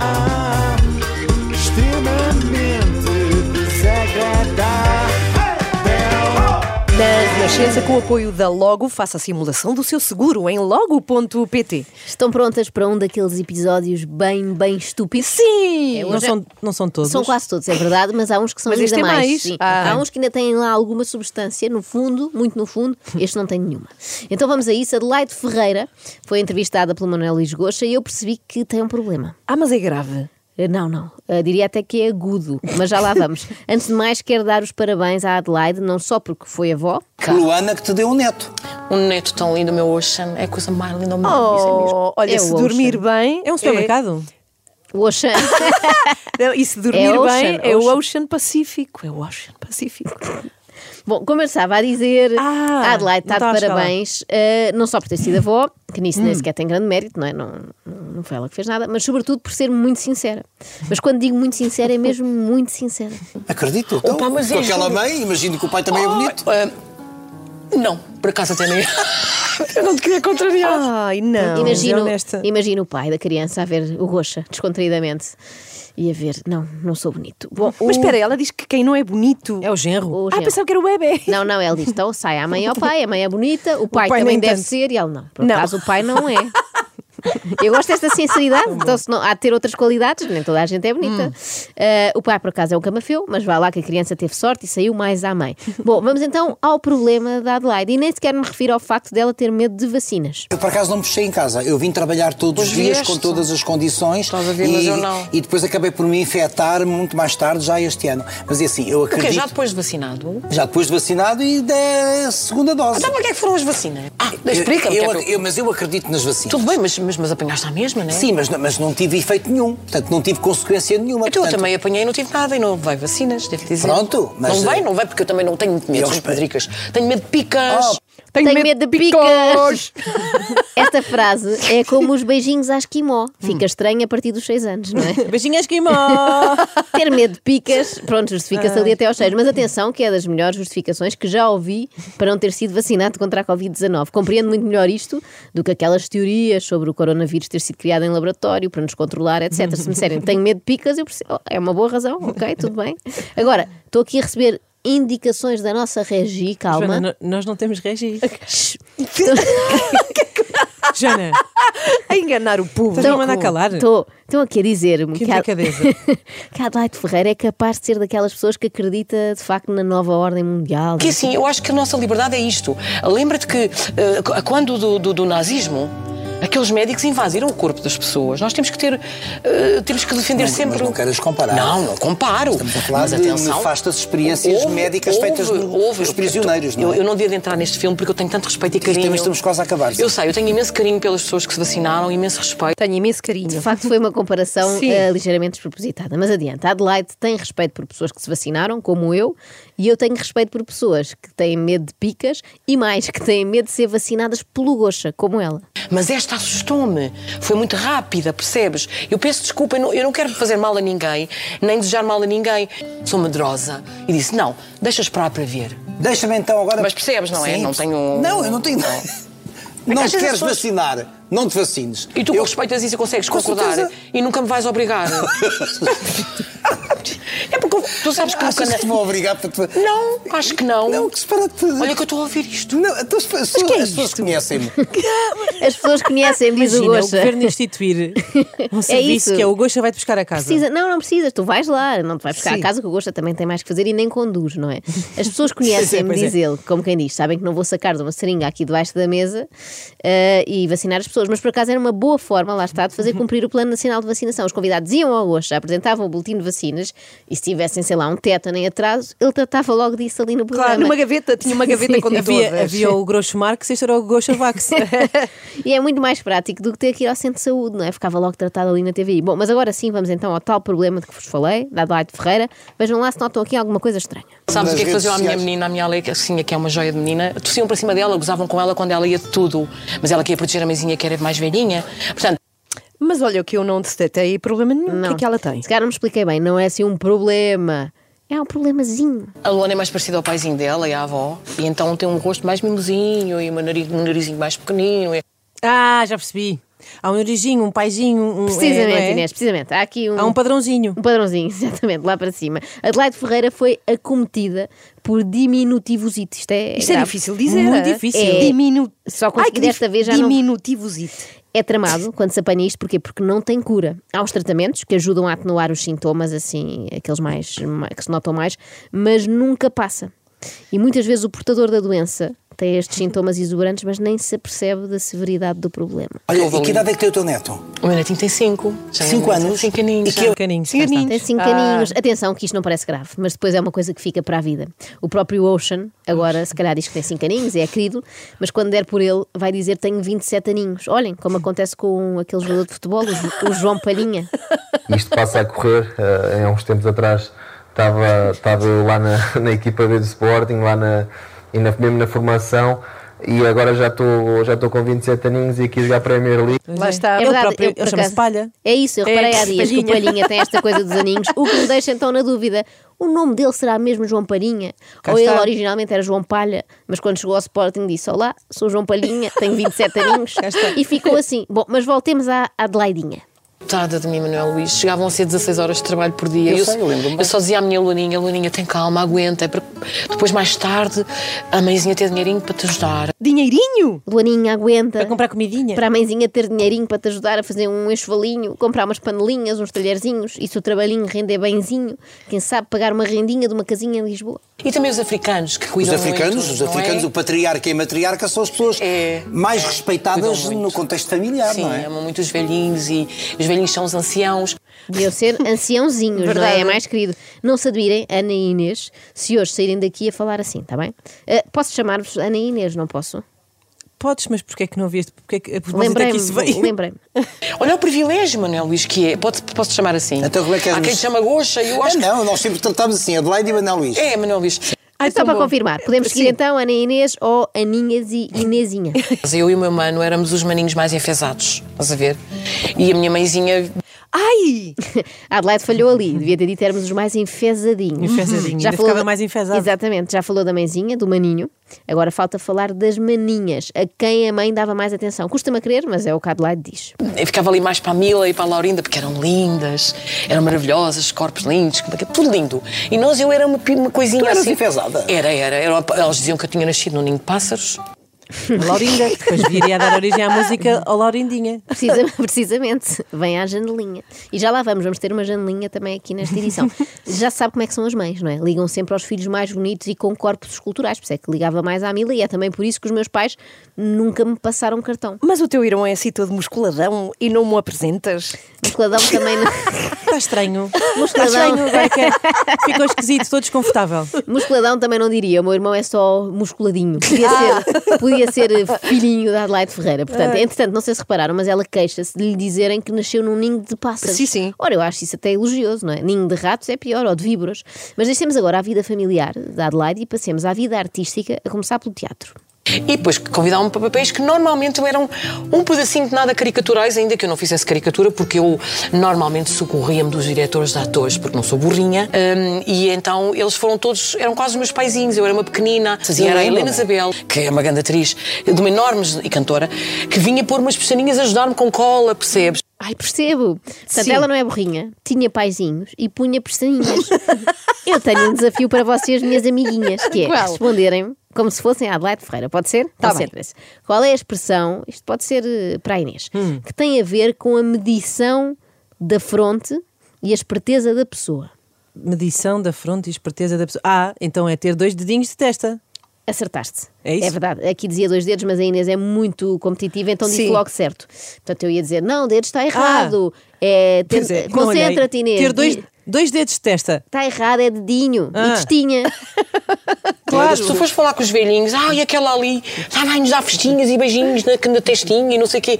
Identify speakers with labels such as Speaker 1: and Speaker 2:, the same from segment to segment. Speaker 1: Ah, extremamente desagradável.
Speaker 2: Na Renascença, com o apoio da Logo, faça a simulação do seu seguro em logo.pt.
Speaker 3: Estão prontas para um daqueles episódios bem, bem estúpidos?
Speaker 2: Sim!
Speaker 3: É,
Speaker 2: não,
Speaker 3: hoje é-
Speaker 2: são, não são todos.
Speaker 3: São quase todos, é verdade, mas há uns que são
Speaker 2: Mas
Speaker 3: ainda
Speaker 2: este é
Speaker 3: mais.
Speaker 2: mais.
Speaker 3: sim.
Speaker 2: Ah.
Speaker 3: Há uns que ainda têm lá alguma substância, no fundo, muito no fundo, este não tem nenhuma. Então vamos a isso. Adelaide Ferreira foi entrevistada pelo Manuel Luís Goxa e eu percebi que tem um problema.
Speaker 2: Ah, mas é grave.
Speaker 3: Eh, Não, não. Eh, diria até que é agudo, mas já lá vamos. Antes de mais, quero dar os parabéns à Adelaide, não só porque foi avó,
Speaker 4: Luana que te deu um neto.
Speaker 5: Um neto tão lindo, meu Ocean, é a coisa mais linda do mundo. isso é mesmo.
Speaker 2: Oh, olha,
Speaker 3: É
Speaker 2: se
Speaker 3: o
Speaker 2: dormir bem. É um supermercado.
Speaker 3: o Oxan.
Speaker 2: Não, E se dormir
Speaker 3: É Ocean,
Speaker 2: bem, é o
Speaker 3: Ocean.
Speaker 2: Ocean Pacífico. É o Ocean Pacífico.
Speaker 3: Bom, como eu estava a dizer,
Speaker 2: Ah,
Speaker 3: a Adelaide
Speaker 2: não
Speaker 3: está de
Speaker 2: estava a chegar
Speaker 3: parabéns, eh, não só por ter sido avó, que nisso
Speaker 2: Hum.
Speaker 3: nem sequer tem grande mérito, não é? Não, não foi ela que fez nada, mas sobretudo por ser muito sincera. Mas quando digo muito sincera, é mesmo muito sincera.
Speaker 4: Acredito. Então,
Speaker 5: Opa, mas
Speaker 4: com
Speaker 5: é
Speaker 4: aquela
Speaker 5: juro.
Speaker 4: mãe, imagino que o pai também é bonito.
Speaker 5: Oh, eh, não, por acaso até nem. Eu não te queria
Speaker 4: Oh,
Speaker 5: contrariar.
Speaker 2: Ai, não.
Speaker 3: Imagino,
Speaker 2: é honesta.
Speaker 3: imagino o pai da criança a ver o Roxa, descontraídamente, e a ver, não, não sou bonito. Bom, o-
Speaker 2: Mas espera, ela diz que quem não é bonito. É o genro.
Speaker 3: O
Speaker 2: Ah,
Speaker 3: genro.
Speaker 2: pensava que era o bebê.
Speaker 3: Não, não, ela diz, então sai à mãe ao pai, a mãe é bonita, o pai,
Speaker 2: pai
Speaker 3: também
Speaker 2: nem
Speaker 3: deve
Speaker 2: tanto.
Speaker 3: ser e ela não. Por
Speaker 2: Não.
Speaker 3: acaso o pai não é. Eu gosto desta
Speaker 2: Tá
Speaker 3: sinceridade, então se não, há de ter outras qualidades, nem toda a gente é bonita.
Speaker 2: Hum.
Speaker 3: Eh, o pai, por acaso, é um camafeu, mas vá lá que a criança teve sorte e saiu mais à mãe. Bom, vamos então ao problema da Adelaide. E nem sequer me refiro ao facto dela ter medo de vacinas.
Speaker 4: Eu por acaso não mexei em casa. Eu vim trabalhar todos
Speaker 5: Pois
Speaker 4: os dias
Speaker 5: vieste.
Speaker 4: com todas as condições.
Speaker 5: Estás a ver,
Speaker 4: e,
Speaker 5: mas eu não.
Speaker 4: E depois acabei por me infectar muito mais tarde, já este ano. Mas é assim, eu
Speaker 5: O
Speaker 4: acredito.
Speaker 5: quê? Já depois de vacinado?
Speaker 4: Já depois de vacinado e da segunda dose.
Speaker 5: Então para que é que foram as vacinas? Ah, explica-me.
Speaker 4: Eu-
Speaker 5: que é
Speaker 4: eu-
Speaker 5: que eu-
Speaker 4: eu- mas eu acredito nas vacinas.
Speaker 5: Tudo bem, mas, mas, mas apanhaste à mesma, não é?
Speaker 4: Sim, mas, não- mas não tive efeito nenhum. Portanto, não tive consequência nenhuma.
Speaker 5: Então eu
Speaker 4: portanto,
Speaker 5: também apanhei e não tive nada e não levei vacinas, devo dizer.
Speaker 4: Pronto, mas- eh,
Speaker 5: Não vai, não vai, porque eu também não tenho muito medo
Speaker 4: Eu
Speaker 5: de
Speaker 4: respeito.
Speaker 5: pedricas. Tenho medo de picas.
Speaker 4: Oh,
Speaker 3: Tenho medo de
Speaker 2: picos.
Speaker 3: Esta frase é como os beijinhos à esquimó.
Speaker 2: Hum.
Speaker 3: Fica estranho a partir dos seis anos, não é?
Speaker 2: Beijinho à esquimó.
Speaker 3: Ter medo de picas, pronto, justifica-se ali até aos seis. Mas atenção, que é das melhores justificações que já ouvi para não ter sido vacinado contra a Covid-19. Compreendo muito melhor isto do que aquelas teorias sobre o coronavírus ter sido criado em laboratório para nos controlar, etc. Se me disserem, tenho medo de picas, eu percebo. Oh, é uma boa razão, ok, tudo bem. Agora, estou aqui a receber indicações da nossa regi, calma.
Speaker 6: Joana, no- nós não temos regi.
Speaker 3: Shhh.
Speaker 6: Joana,
Speaker 2: A enganar o público.
Speaker 6: estás a mandar calar?
Speaker 3: Estou, estão aqui a dizer-me
Speaker 6: Que
Speaker 3: a-
Speaker 6: delicadeza.
Speaker 3: que a Adelaide Ferreira é capaz de ser daquelas pessoas que acredita de facto na nova ordem mundial.
Speaker 5: Que assim, eu acho que a nossa liberdade é isto. Lembra-te que eh, qu- quando do, do- do nazismo. Aqueles médicos invadiram o corpo das pessoas. Nós temos que ter. eh, temos que defender
Speaker 4: Não, mas
Speaker 5: sempre.
Speaker 4: não queiras comparar.
Speaker 5: Não, não comparo.
Speaker 4: Estamos a falar
Speaker 5: mas
Speaker 4: de
Speaker 5: atenção.
Speaker 4: nefastas experiências médicas feitas no- nos prisioneiros, não
Speaker 5: eu,
Speaker 4: é?
Speaker 5: eu não devia de entrar neste filme porque eu tenho tanto respeito e carinho.
Speaker 4: também estamos quase a acabar, sim.
Speaker 5: Eu sei, eu tenho imenso carinho pelas pessoas que se vacinaram, imenso respeito.
Speaker 2: Tenho imenso carinho.
Speaker 3: De facto, foi uma comparação
Speaker 2: Sim.
Speaker 3: eh, ligeiramente despropositada. Mas adianta, a Adelaide tem respeito por pessoas que se vacinaram, como eu, e eu tenho respeito por pessoas que têm medo de picas e mais, que têm medo de ser vacinadas pelo goxa, como ela.
Speaker 5: Mas esta assustou-me. Foi muito rápida, percebes? Eu peço desculpa, eu não, eu não quero fazer mal a ninguém, nem desejar mal a ninguém. Sou medrosa. E disse: não, deixa esperar para ver.
Speaker 4: Deixa-me então agora.
Speaker 5: Mas percebes, não é? Não tenho- É
Speaker 4: Não, eu não tenho. Não,
Speaker 5: que
Speaker 4: não
Speaker 5: às vezes
Speaker 4: te queres
Speaker 5: as pessoas-
Speaker 4: vacinar. Não te vacines.
Speaker 5: E tu
Speaker 4: eu...
Speaker 5: respeitas isso e consegues
Speaker 4: Com
Speaker 5: concordar.
Speaker 4: certeza.
Speaker 5: E nunca me vais obrigar. é porque eu- tu sabes que
Speaker 4: Achas
Speaker 5: nunca.
Speaker 4: que te vou obrigar para te.
Speaker 5: Não, acho que não.
Speaker 4: Não, que se para te.
Speaker 5: Olha que eu estou a ouvir isto.
Speaker 4: Não, então, as pessoas-
Speaker 2: que é
Speaker 4: as pessoas
Speaker 2: isto?
Speaker 4: conhecem-me.
Speaker 3: As pessoas conhecem, diz o
Speaker 6: Imagina, né? o
Speaker 3: goxa.
Speaker 6: governo instituir um serviço
Speaker 3: isso.
Speaker 6: que é o Goxa vai-te buscar a casa.
Speaker 3: Precisa, não, não precisas, tu vais lá, não te vais buscar
Speaker 6: Sim.
Speaker 3: a casa que o gosta também tem mais que fazer e nem conduz, não é? As pessoas conhecem-me,
Speaker 6: Pois é, pois
Speaker 3: diz ele, como quem diz, sabem que não vou sacar de uma seringa aqui debaixo da mesa eh, e vacinar as pessoas, mas por acaso era uma boa forma, lá está, de fazer
Speaker 6: Uhum.
Speaker 3: cumprir o Plano Nacional de Vacinação. Os convidados iam ao gosto, apresentavam o boletim de vacinas e se tivessem, sei lá, um tétano em atraso, ele tratava logo disso ali no programa.
Speaker 2: Claro, numa gaveta, tinha uma gaveta
Speaker 3: Sim.
Speaker 2: com
Speaker 6: havia,
Speaker 2: todas.
Speaker 6: havia o Grosso Marx, este era o Goxa Vax.
Speaker 3: E é muito mais prático do que ter que ir ao centro de saúde, não é? Ficava logo tratado ali na TVI. Bom, mas agora sim, vamos então ao tal problema de que vos falei, da Adelaide Ferreira. Vejam lá se notam aqui alguma coisa estranha.
Speaker 5: Sabes o
Speaker 4: Nas
Speaker 5: que é que
Speaker 4: redes
Speaker 5: faziam à minha
Speaker 4: sociais.
Speaker 5: menina, à minha Alecinha, que é uma joia de menina? Tossiam para cima dela, gozavam com ela quando ela ia de tudo. Mas ela queria proteger a mãezinha que era mais velhinha. Portanto,
Speaker 2: Mas olha, o que eu não detetei problema nenhum. O que é que ela tem?
Speaker 3: Se calhar não me expliquei bem, não é assim um problema. É É um problemazinho.
Speaker 5: A Luana é mais parecida ao paizinho dela e à avó, e então tem um rosto mais mimosinho e uma nariz- um narizinho mais pequenino.
Speaker 6: Ah, já percebi. Há um narizinho, um paizinho, um. é, não
Speaker 3: Precisamente,
Speaker 6: é?
Speaker 3: Inês, precisamente. Há aqui
Speaker 6: Há um padrãozinho.
Speaker 3: Um padrãozinho, exatamente, lá para cima. Adelaide Ferreira foi acometida por diminutivosite. Isto é,
Speaker 2: Isto é
Speaker 3: grave.
Speaker 2: difícil de dizer.
Speaker 6: Muito
Speaker 2: é?
Speaker 6: difícil.
Speaker 2: É. Diminu...
Speaker 3: Só consegui
Speaker 2: Ai, que
Speaker 3: desta
Speaker 2: dif-
Speaker 3: vez já não-
Speaker 2: Diminutivosite.
Speaker 3: É tramado quando se apanha isto, porquê? Porque não tem cura. Há os tratamentos que ajudam a atenuar os sintomas, assim, aqueles mais, ma- que se notam mais, mas nunca passa. E muitas vezes o portador da doença tem estes sintomas exuberantes, mas nem se apercebe da severidade do problema.
Speaker 4: Olha,
Speaker 5: houve
Speaker 4: e que
Speaker 5: ali.
Speaker 4: idade é que tem o teu neto?
Speaker 5: O meu netinho tem cinco. Já é
Speaker 4: Cinco
Speaker 5: um-
Speaker 4: anos?
Speaker 5: Cinco aninhos.
Speaker 4: E que
Speaker 5: já.
Speaker 4: eu-
Speaker 6: Caninhos,
Speaker 5: Cinco
Speaker 6: cá está.
Speaker 5: aninhos.
Speaker 3: Tem cinco aninhos. Atenção, que isto não parece grave, mas depois é uma coisa que fica para a vida. O próprio Ocean, agora se calhar diz que tem cinco aninhos, é querido, mas quando der por ele, vai dizer tenho 27 aninhos. Olhem, como acontece com aquele jogador de futebol, o Jo- o João Palhinha.
Speaker 7: Isto passa a correr, eh, há uns tempos atrás estava, estava eu lá na, na equipa B do Sporting, lá na, e na- mesmo na formação, e agora já estou já estou com 27 aninhos e aqui a jogar Premier League.
Speaker 6: Lá está. Ele é. próprio,
Speaker 3: É por
Speaker 6: ele chama-se
Speaker 3: acaso-
Speaker 6: Palha.
Speaker 3: É isso, eu
Speaker 6: É,
Speaker 3: reparei há dias que o
Speaker 6: Palhinha.
Speaker 3: Palhinha tem esta coisa dos aninhos, o que me deixa então na dúvida. O nome dele será mesmo João Palhinha?
Speaker 6: Cá
Speaker 3: Ou ele
Speaker 6: está.
Speaker 3: originalmente era João Palha, mas quando chegou ao Sporting disse: Olá, sou João Palhinha, tenho 27 aninhos. E ficou assim. Bom, mas voltemos à Adelaidinha.
Speaker 5: Tarda de mim, Manuel Luís. Chegavam a ser 16 horas de trabalho por dia.
Speaker 4: Eu sei, eu lembro-me
Speaker 5: eu só dizia à minha Luaninha, Luaninha, tem calma, aguenta. é porque Depois, mais tarde, a mãezinha tem dinheirinho para te ajudar.
Speaker 2: Dinheirinho?
Speaker 3: Luaninha, aguenta.
Speaker 6: Para comprar comidinha.
Speaker 3: Para a mãezinha ter dinheirinho para te ajudar a fazer um enxovalinho, comprar umas panelinhas, uns talherzinhos, e se o trabalhinho render benzinho, quem sabe pagar uma rendinha de uma casinha em Lisboa.
Speaker 5: E também os africanos, que
Speaker 4: Os
Speaker 5: cuidam
Speaker 4: africanos,
Speaker 5: muito,
Speaker 4: os
Speaker 5: não
Speaker 4: africanos,
Speaker 5: é?
Speaker 4: o patriarca e a matriarca são as pessoas
Speaker 5: É.
Speaker 4: mais
Speaker 5: Cuidam
Speaker 4: respeitadas
Speaker 5: muito.
Speaker 4: no contexto familiar,
Speaker 5: Sim,
Speaker 4: não é?
Speaker 5: amam muito os velhinhos e os velhinhos são os anciãos.
Speaker 3: Deviam ser anciãozinhos, não é? É mais querido. Não se admirem, Ana e Inês, se hoje saírem daqui a falar assim, está bem? Eh, posso chamar-vos Ana e Inês, não posso?
Speaker 6: Podes, mas porquê é que não vieste? Porquê é que, a propósito é que
Speaker 3: Lembrei-me,
Speaker 6: isso veio?
Speaker 3: lembrei-me.
Speaker 5: Olha o privilégio, Manuel Luís, que é. Pode- Posso te chamar assim?
Speaker 4: Então, como é que és
Speaker 5: Há quem
Speaker 4: nos-
Speaker 5: te chama Goxa e eu
Speaker 4: Ah,
Speaker 5: acho que.
Speaker 4: não, nós sempre tratamos assim, Adelaide e Manuel Luís.
Speaker 5: É, Manuel Luís.
Speaker 6: Ai,
Speaker 3: Só
Speaker 6: tão
Speaker 3: para
Speaker 6: bom.
Speaker 3: confirmar, podemos seguir
Speaker 6: Sim.
Speaker 3: então Ana e Inês ou Aninhas e Inezinha.
Speaker 5: Mas Eu e o meu mano éramos os maninhos mais enfesados, estás a ver? E a minha mãezinha
Speaker 2: Ai!
Speaker 3: A Adelaide Ah, falhou ali, devia ter dito éramos os mais enfesadinhos.
Speaker 6: Enfesadinhos, ainda ficava mais enfesado.
Speaker 3: Exatamente, já falou da mãezinha, do maninho. Agora falta falar das maninhas, a quem a mãe dava mais atenção. Custa-me a crer, mas é o que a Adelaide diz.
Speaker 5: eu ficava ali mais para a Mila e para a Laurinda, porque eram lindas, eram maravilhosas, corpos lindos, como é que é? tudo lindo. E nós, eu era uma, pi- uma coisinha
Speaker 4: Tu eras
Speaker 5: assim.
Speaker 4: enfesada?
Speaker 5: Era, era, era. Elas diziam que eu tinha nascido num ninho de pássaros.
Speaker 6: Laurinda, que depois viria a dar origem à música ao Laurindinha.
Speaker 3: Precisa- precisamente, vem à janelinha. E já lá vamos, vamos ter uma janelinha também aqui nesta edição. Já se sabe como é que são as mães, não é? Ligam sempre aos filhos mais bonitos e com corpos esculturais, por isso é que ligava mais à Mila e é também por isso que os meus pais nunca me passaram cartão.
Speaker 2: Mas o teu irmão é assim todo musculadão e não me apresentas?
Speaker 3: Musculadão também não...
Speaker 6: Está Tá estranho. Está
Speaker 3: Musculadão.
Speaker 6: estranho, agora que é. Ficou esquisito, estou desconfortável.
Speaker 3: Musculadão também não diria, o meu irmão é só musculadinho. Podia
Speaker 2: Ah.
Speaker 3: ser, podia ser eh, filhinho da Adelaide Ferreira.
Speaker 2: É.
Speaker 3: Portanto, entretanto, não sei se repararam, mas ela queixa-se de lhe dizerem que nasceu num ninho de pássaros.
Speaker 2: Sim, sim.
Speaker 3: Ora, eu acho isso até elogioso, não é? Ninho de ratos é pior, ou de víboras. Mas deixemos agora a vida familiar da Adelaide e passemos à vida artística, a começar pelo teatro.
Speaker 5: E depois convidavam-me para papéis que normalmente eram um pedacinho de nada caricaturais, ainda que eu não fizesse caricatura, porque eu normalmente socorria-me dos diretores de atores, porque não sou burrinha. Hum, e então eles foram todos, eram quase os meus paizinhos. Eu era uma pequenina, e
Speaker 4: Faziam
Speaker 5: era a
Speaker 4: lembra,
Speaker 5: Helena
Speaker 4: não é?
Speaker 5: Isabel, que é uma grande atriz, de uma enorme e cantora, que vinha pôr umas pestaninhas a ajudar-me com cola, percebes?
Speaker 3: Ai, percebo. Portanto,
Speaker 2: Sim.
Speaker 3: ela não é burrinha, tinha paizinhos e punha pestaninhas. Eu tenho um desafio para vocês, minhas amiguinhas, que é
Speaker 2: Qual?
Speaker 3: responderem como se fossem a Adelaide Ferreira. Pode ser?
Speaker 2: Tá bem.
Speaker 3: Concentrem-se. Qual é a expressão, isto pode ser eh, para a Inês,
Speaker 6: Hum.
Speaker 3: que tem a ver com a medição da fronte e a esperteza da pessoa?
Speaker 6: Medição da fronte e esperteza da pessoa. Ah, então é ter dois dedinhos de testa.
Speaker 3: Acertaste.
Speaker 6: É isso?
Speaker 3: verdade. Aqui dizia dois dedos, mas a Inês é muito competitiva, então disse
Speaker 2: Sim.
Speaker 3: logo certo. Portanto, eu ia dizer: não, dedos está errado. É, ten-
Speaker 6: Pois é, Ah. não olhei.
Speaker 3: Concentra-te, Inês.
Speaker 6: Ter dois,
Speaker 3: Di-
Speaker 6: dois dedos de testa.
Speaker 3: Está errado, é dedinho e
Speaker 6: Ah.
Speaker 3: testinha.
Speaker 5: Claro. Se tu fores falar com os velhinhos, ah, e aquela ali, ah, vai-nos dar festinhas e beijinhos na, na testinha e não sei o quê.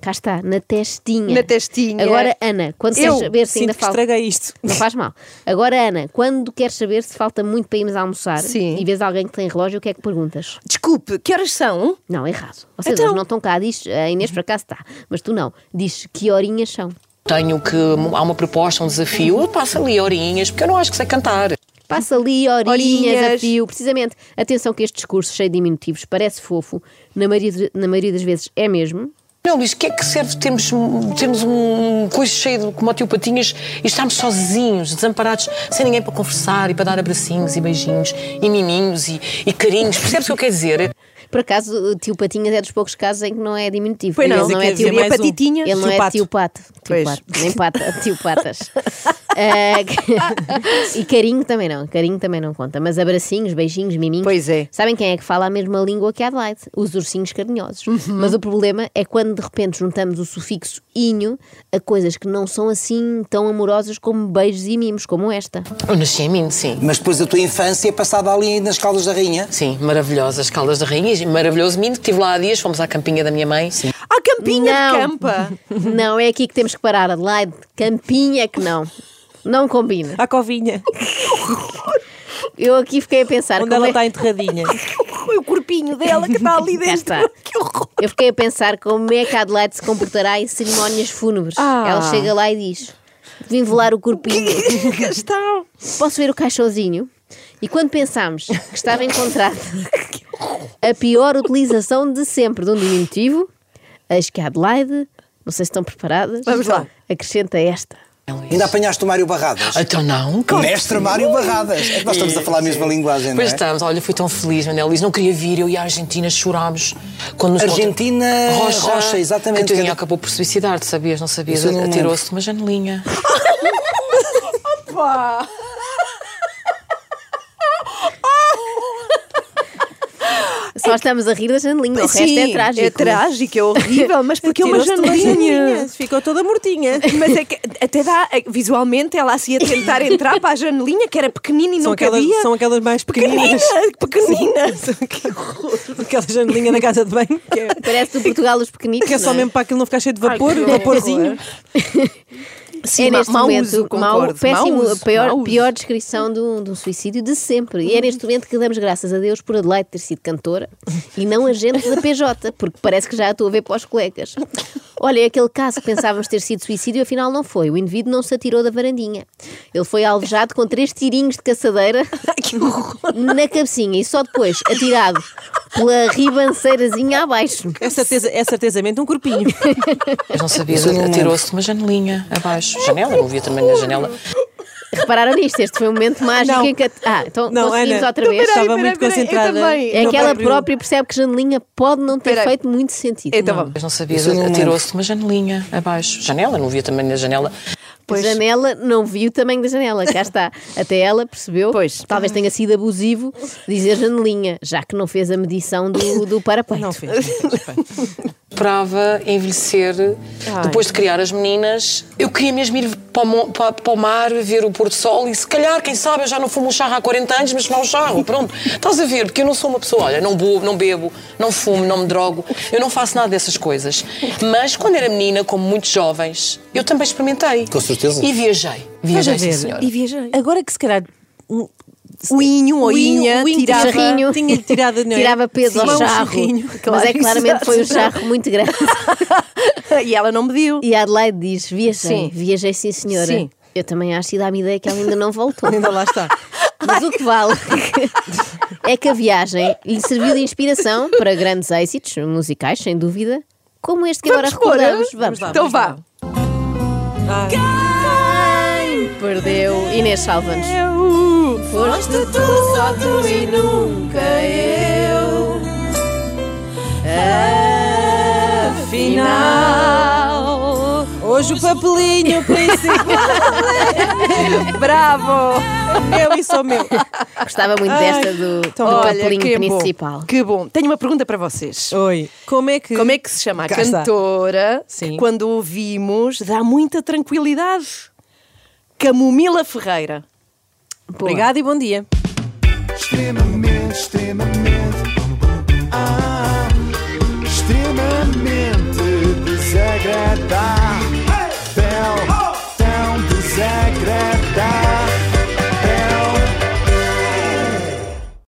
Speaker 3: Cá está, na testinha.
Speaker 2: Na testinha.
Speaker 3: Agora, Ana, quando
Speaker 2: Eu
Speaker 3: queres saber se
Speaker 6: Sinto
Speaker 3: ainda
Speaker 6: que
Speaker 3: falta.
Speaker 6: estraguei isto.
Speaker 3: Não faz mal. Agora, Ana, quando queres saber se falta muito para irmos almoçar
Speaker 2: Sim.
Speaker 3: e vês alguém que tem relógio, o que é que perguntas?
Speaker 2: Desculpe, que horas são?
Speaker 3: Não, errado. Vocês
Speaker 2: Então-
Speaker 3: hoje não estão cá, diz, a Inês por acaso está, mas tu não. Diz que horinhas são.
Speaker 5: Tenho que. Há uma proposta, um desafio, eu passo ali horinhas, porque eu não acho que sei cantar.
Speaker 3: Passa ali horinhas, a
Speaker 2: Horinhas.
Speaker 3: fio, precisamente. Atenção que este discurso cheio de diminutivos parece fofo, na maioria, de- na maioria das vezes é mesmo.
Speaker 5: Não, Luís, o que é que serve termos, termos um coisa cheio de como o tio Patinhas e estarmos sozinhos, desamparados, sem ninguém para conversar e para dar abracinhos e beijinhos e miminhos e, e carinhos? Percebes o que eu quero dizer?
Speaker 3: Por acaso, o tio Patinhas é dos poucos casos em que não é diminutivo.
Speaker 2: Pois não,
Speaker 3: ele não
Speaker 6: quer
Speaker 3: é
Speaker 6: dizer
Speaker 3: tio
Speaker 6: mais um.
Speaker 2: Patitinhas,
Speaker 3: Ele não
Speaker 2: tio
Speaker 3: é
Speaker 2: Pato.
Speaker 3: tio pato. Tio
Speaker 2: Pois.
Speaker 3: pato. Nem pata, tio patas. Ah, que- e carinho também não, carinho também não conta. Mas abracinhos, beijinhos, miminhos.
Speaker 2: Pois é.
Speaker 3: Sabem quem é que fala a mesma língua que a Adelaide? Os ursinhos carinhosos.
Speaker 2: Uhum.
Speaker 3: Mas o problema é quando de repente juntamos o sufixo inho a coisas que não são assim tão amorosas como beijos e mimos, como esta.
Speaker 5: Eu nasci em mim, sim.
Speaker 4: Mas depois a tua infância é passada ali nas Caldas da Rainha.
Speaker 5: Sim, maravilhosas Caldas da Rainha, e maravilhoso Minho, que estive lá há dias, fomos à campinha da minha mãe. Sim.
Speaker 2: À campinha
Speaker 3: Não.
Speaker 2: de campa.
Speaker 3: Não, é aqui que temos que parar, Adelaide. Campinha que não. Não combina.
Speaker 6: À covinha,
Speaker 3: Eu aqui fiquei a pensar.
Speaker 6: onde
Speaker 3: como
Speaker 6: ela
Speaker 3: é-
Speaker 2: tá-
Speaker 6: está enterradinha.
Speaker 2: o corpinho dela que está ali dentro.
Speaker 3: está.
Speaker 2: Que horror.
Speaker 3: Eu fiquei a pensar como é que a Adelaide se comportará em cerimónias fúnebres.
Speaker 2: Ah.
Speaker 3: Ela chega lá e diz: Vim velar o corpinho,
Speaker 2: Está.
Speaker 3: posso ver o caixãozinho? E quando pensámos que estava encontrada a pior utilização de sempre de um diminutivo, eis que a Adelaide, não sei se estão preparadas,
Speaker 2: Vamos lá.
Speaker 3: acrescenta esta.
Speaker 4: Ainda apanhaste o Mário Barradas.
Speaker 5: Então não,
Speaker 4: O
Speaker 5: como
Speaker 4: Mestre Mário Barradas. É que nós estamos a falar a mesma linguagem, não
Speaker 5: Pois tá.
Speaker 4: é?
Speaker 5: estamos, olha, fui tão feliz, Manel Luís, não queria vir, eu e a Argentina chorámos quando nos
Speaker 4: Argentina,
Speaker 5: Rocha,
Speaker 4: Rocha, exatamente. é
Speaker 5: Que a Toninha acabou por suicidar, tu sabias, não sabias?
Speaker 4: Isso eu não lembro.
Speaker 5: Atirou-se de uma janelinha.
Speaker 3: Só estamos a rir da janelinha, o resto
Speaker 2: É Sim,
Speaker 3: é trágico.
Speaker 2: É trágico, é horrível, mas porque é uma
Speaker 6: Tirou-se toda
Speaker 2: janelinha.
Speaker 6: mortinha, Ficou toda mortinha.
Speaker 2: Mas é que até dá, é, visualmente, ela assim a tentar entrar para a janelinha, que era pequenina e
Speaker 6: São
Speaker 2: não
Speaker 6: aquelas,
Speaker 2: cabia.
Speaker 6: são aquelas mais
Speaker 2: Pequenina,
Speaker 6: pequeninas.
Speaker 2: pequenina.
Speaker 6: Aquela janelinha na casa de banho, que é,
Speaker 3: Parece do Portugal os pequenitos.
Speaker 6: que é só
Speaker 3: não é?
Speaker 6: mesmo para aquilo não ficar cheio de vapor,
Speaker 2: que horror.
Speaker 6: vaporzinho.
Speaker 2: Sim,
Speaker 3: é neste
Speaker 2: mau
Speaker 3: momento
Speaker 2: uso,
Speaker 3: mau-
Speaker 2: concordo.
Speaker 3: péssimo,
Speaker 2: Mau uso,
Speaker 3: a pior,
Speaker 2: mau uso.
Speaker 3: pior descrição de um, de um suicídio de sempre. E é neste momento que damos graças a Deus por Adelaide ter sido cantora e não agente da PJ, porque parece que já a estou a ver para os colegas. Olha, é aquele caso que pensávamos ter sido suicídio, afinal não foi. O indivíduo não se atirou da varandinha. Ele foi alvejado com três tirinhos de caçadeira na cabecinha e só depois atirado pela ribanceirazinha abaixo.
Speaker 6: É, certeza, é certezamente um corpinho.
Speaker 5: Mas não sabias,
Speaker 4: eu não lembro.
Speaker 5: atirou-se de uma janelinha abaixo. Janela, eu via também na janela.
Speaker 3: Repararam nisto? Este foi um momento mágico
Speaker 6: Não.
Speaker 3: em que. a- Ah, então
Speaker 6: Não,
Speaker 3: conseguimos
Speaker 6: Ana,
Speaker 3: outra vez.
Speaker 6: Estava
Speaker 2: peraí,
Speaker 6: muito
Speaker 2: peraí, eu
Speaker 6: concentrada.
Speaker 2: também.
Speaker 3: É
Speaker 6: no
Speaker 3: que ela
Speaker 6: próprio-
Speaker 3: própria percebe que janelinha pode não ter
Speaker 2: Peraí.
Speaker 3: feito muito sentido.
Speaker 2: Então
Speaker 3: Não.
Speaker 2: vamos.
Speaker 5: Mas não sabias,
Speaker 4: Isso eu não lembro.
Speaker 5: atirou-se de uma janelinha abaixo. Janela, eu não via também na janela.
Speaker 2: Pois.
Speaker 3: Janela não viu o tamanho da janela, cá está. Até ela percebeu,
Speaker 2: Pois.
Speaker 3: talvez tenha sido abusivo dizer janelinha, já que não fez a medição do, do parapeito.
Speaker 6: Não fez. não fez, bem.
Speaker 5: Esperava envelhecer depois de criar as meninas. Eu queria mesmo ir para o, mo- para- para o mar, ver o pôr do sol e se calhar, quem sabe, eu já não fumo um charro há 40 anos, mas não um charro, pronto. Estás a ver, porque eu não sou uma pessoa, olha, não bebo, não bebo, não fumo, não me drogo, eu não faço nada dessas coisas. Mas quando era menina, como muitos jovens, eu também experimentei.
Speaker 4: Com certeza.
Speaker 5: E viajei.
Speaker 6: Estás a
Speaker 5: Viajei, sim,
Speaker 6: ver?
Speaker 5: senhora.
Speaker 2: E viajei.
Speaker 6: Agora que se calhar. um-
Speaker 2: O inho ou
Speaker 6: o
Speaker 2: inha
Speaker 6: o inho
Speaker 2: tirava...
Speaker 3: Charrinho.
Speaker 6: Tinha-lhe tirado, não é?
Speaker 3: Tirava peso
Speaker 6: Sim,
Speaker 3: ao
Speaker 6: um
Speaker 3: charro.
Speaker 6: charrinho.
Speaker 3: Mas
Speaker 2: Claro,
Speaker 3: é que claramente
Speaker 2: exato.
Speaker 3: foi um charro muito grande.
Speaker 2: e ela não mediu.
Speaker 3: E a Adelaide diz: viajei,
Speaker 2: Sim.
Speaker 3: viajei sim, senhora.
Speaker 6: Sim.
Speaker 3: Eu também acho e dá-me ideia que ela ainda não voltou.
Speaker 6: Ainda lá está.
Speaker 3: Mas o que vale é que a viagem lhe serviu de inspiração para grandes êxitos musicais, sem dúvida, como este que agora
Speaker 2: expor,
Speaker 3: recordamos.
Speaker 2: é?
Speaker 3: Vamos,
Speaker 2: Então vá.
Speaker 3: Perdeu Inês Salvanes. Foste tu, só tu e nunca eu.
Speaker 6: Final. Hoje o papelinho principal.
Speaker 2: Bravo!
Speaker 6: meu e só meu. Então,
Speaker 3: Gostava muito desta do, do papelinho
Speaker 2: que é bom.
Speaker 3: principal.
Speaker 2: Que bom. Tenho uma pergunta para vocês.
Speaker 6: Oi. Como é que.
Speaker 2: Como é que se chama a
Speaker 6: Cá está.
Speaker 2: cantora
Speaker 6: Sim.
Speaker 2: que quando ouvimos dá muita tranquilidade? Camomila Ferreira.
Speaker 3: Boa.
Speaker 6: Obrigada e bom dia.
Speaker 1: extremamente, extremamente. Ah,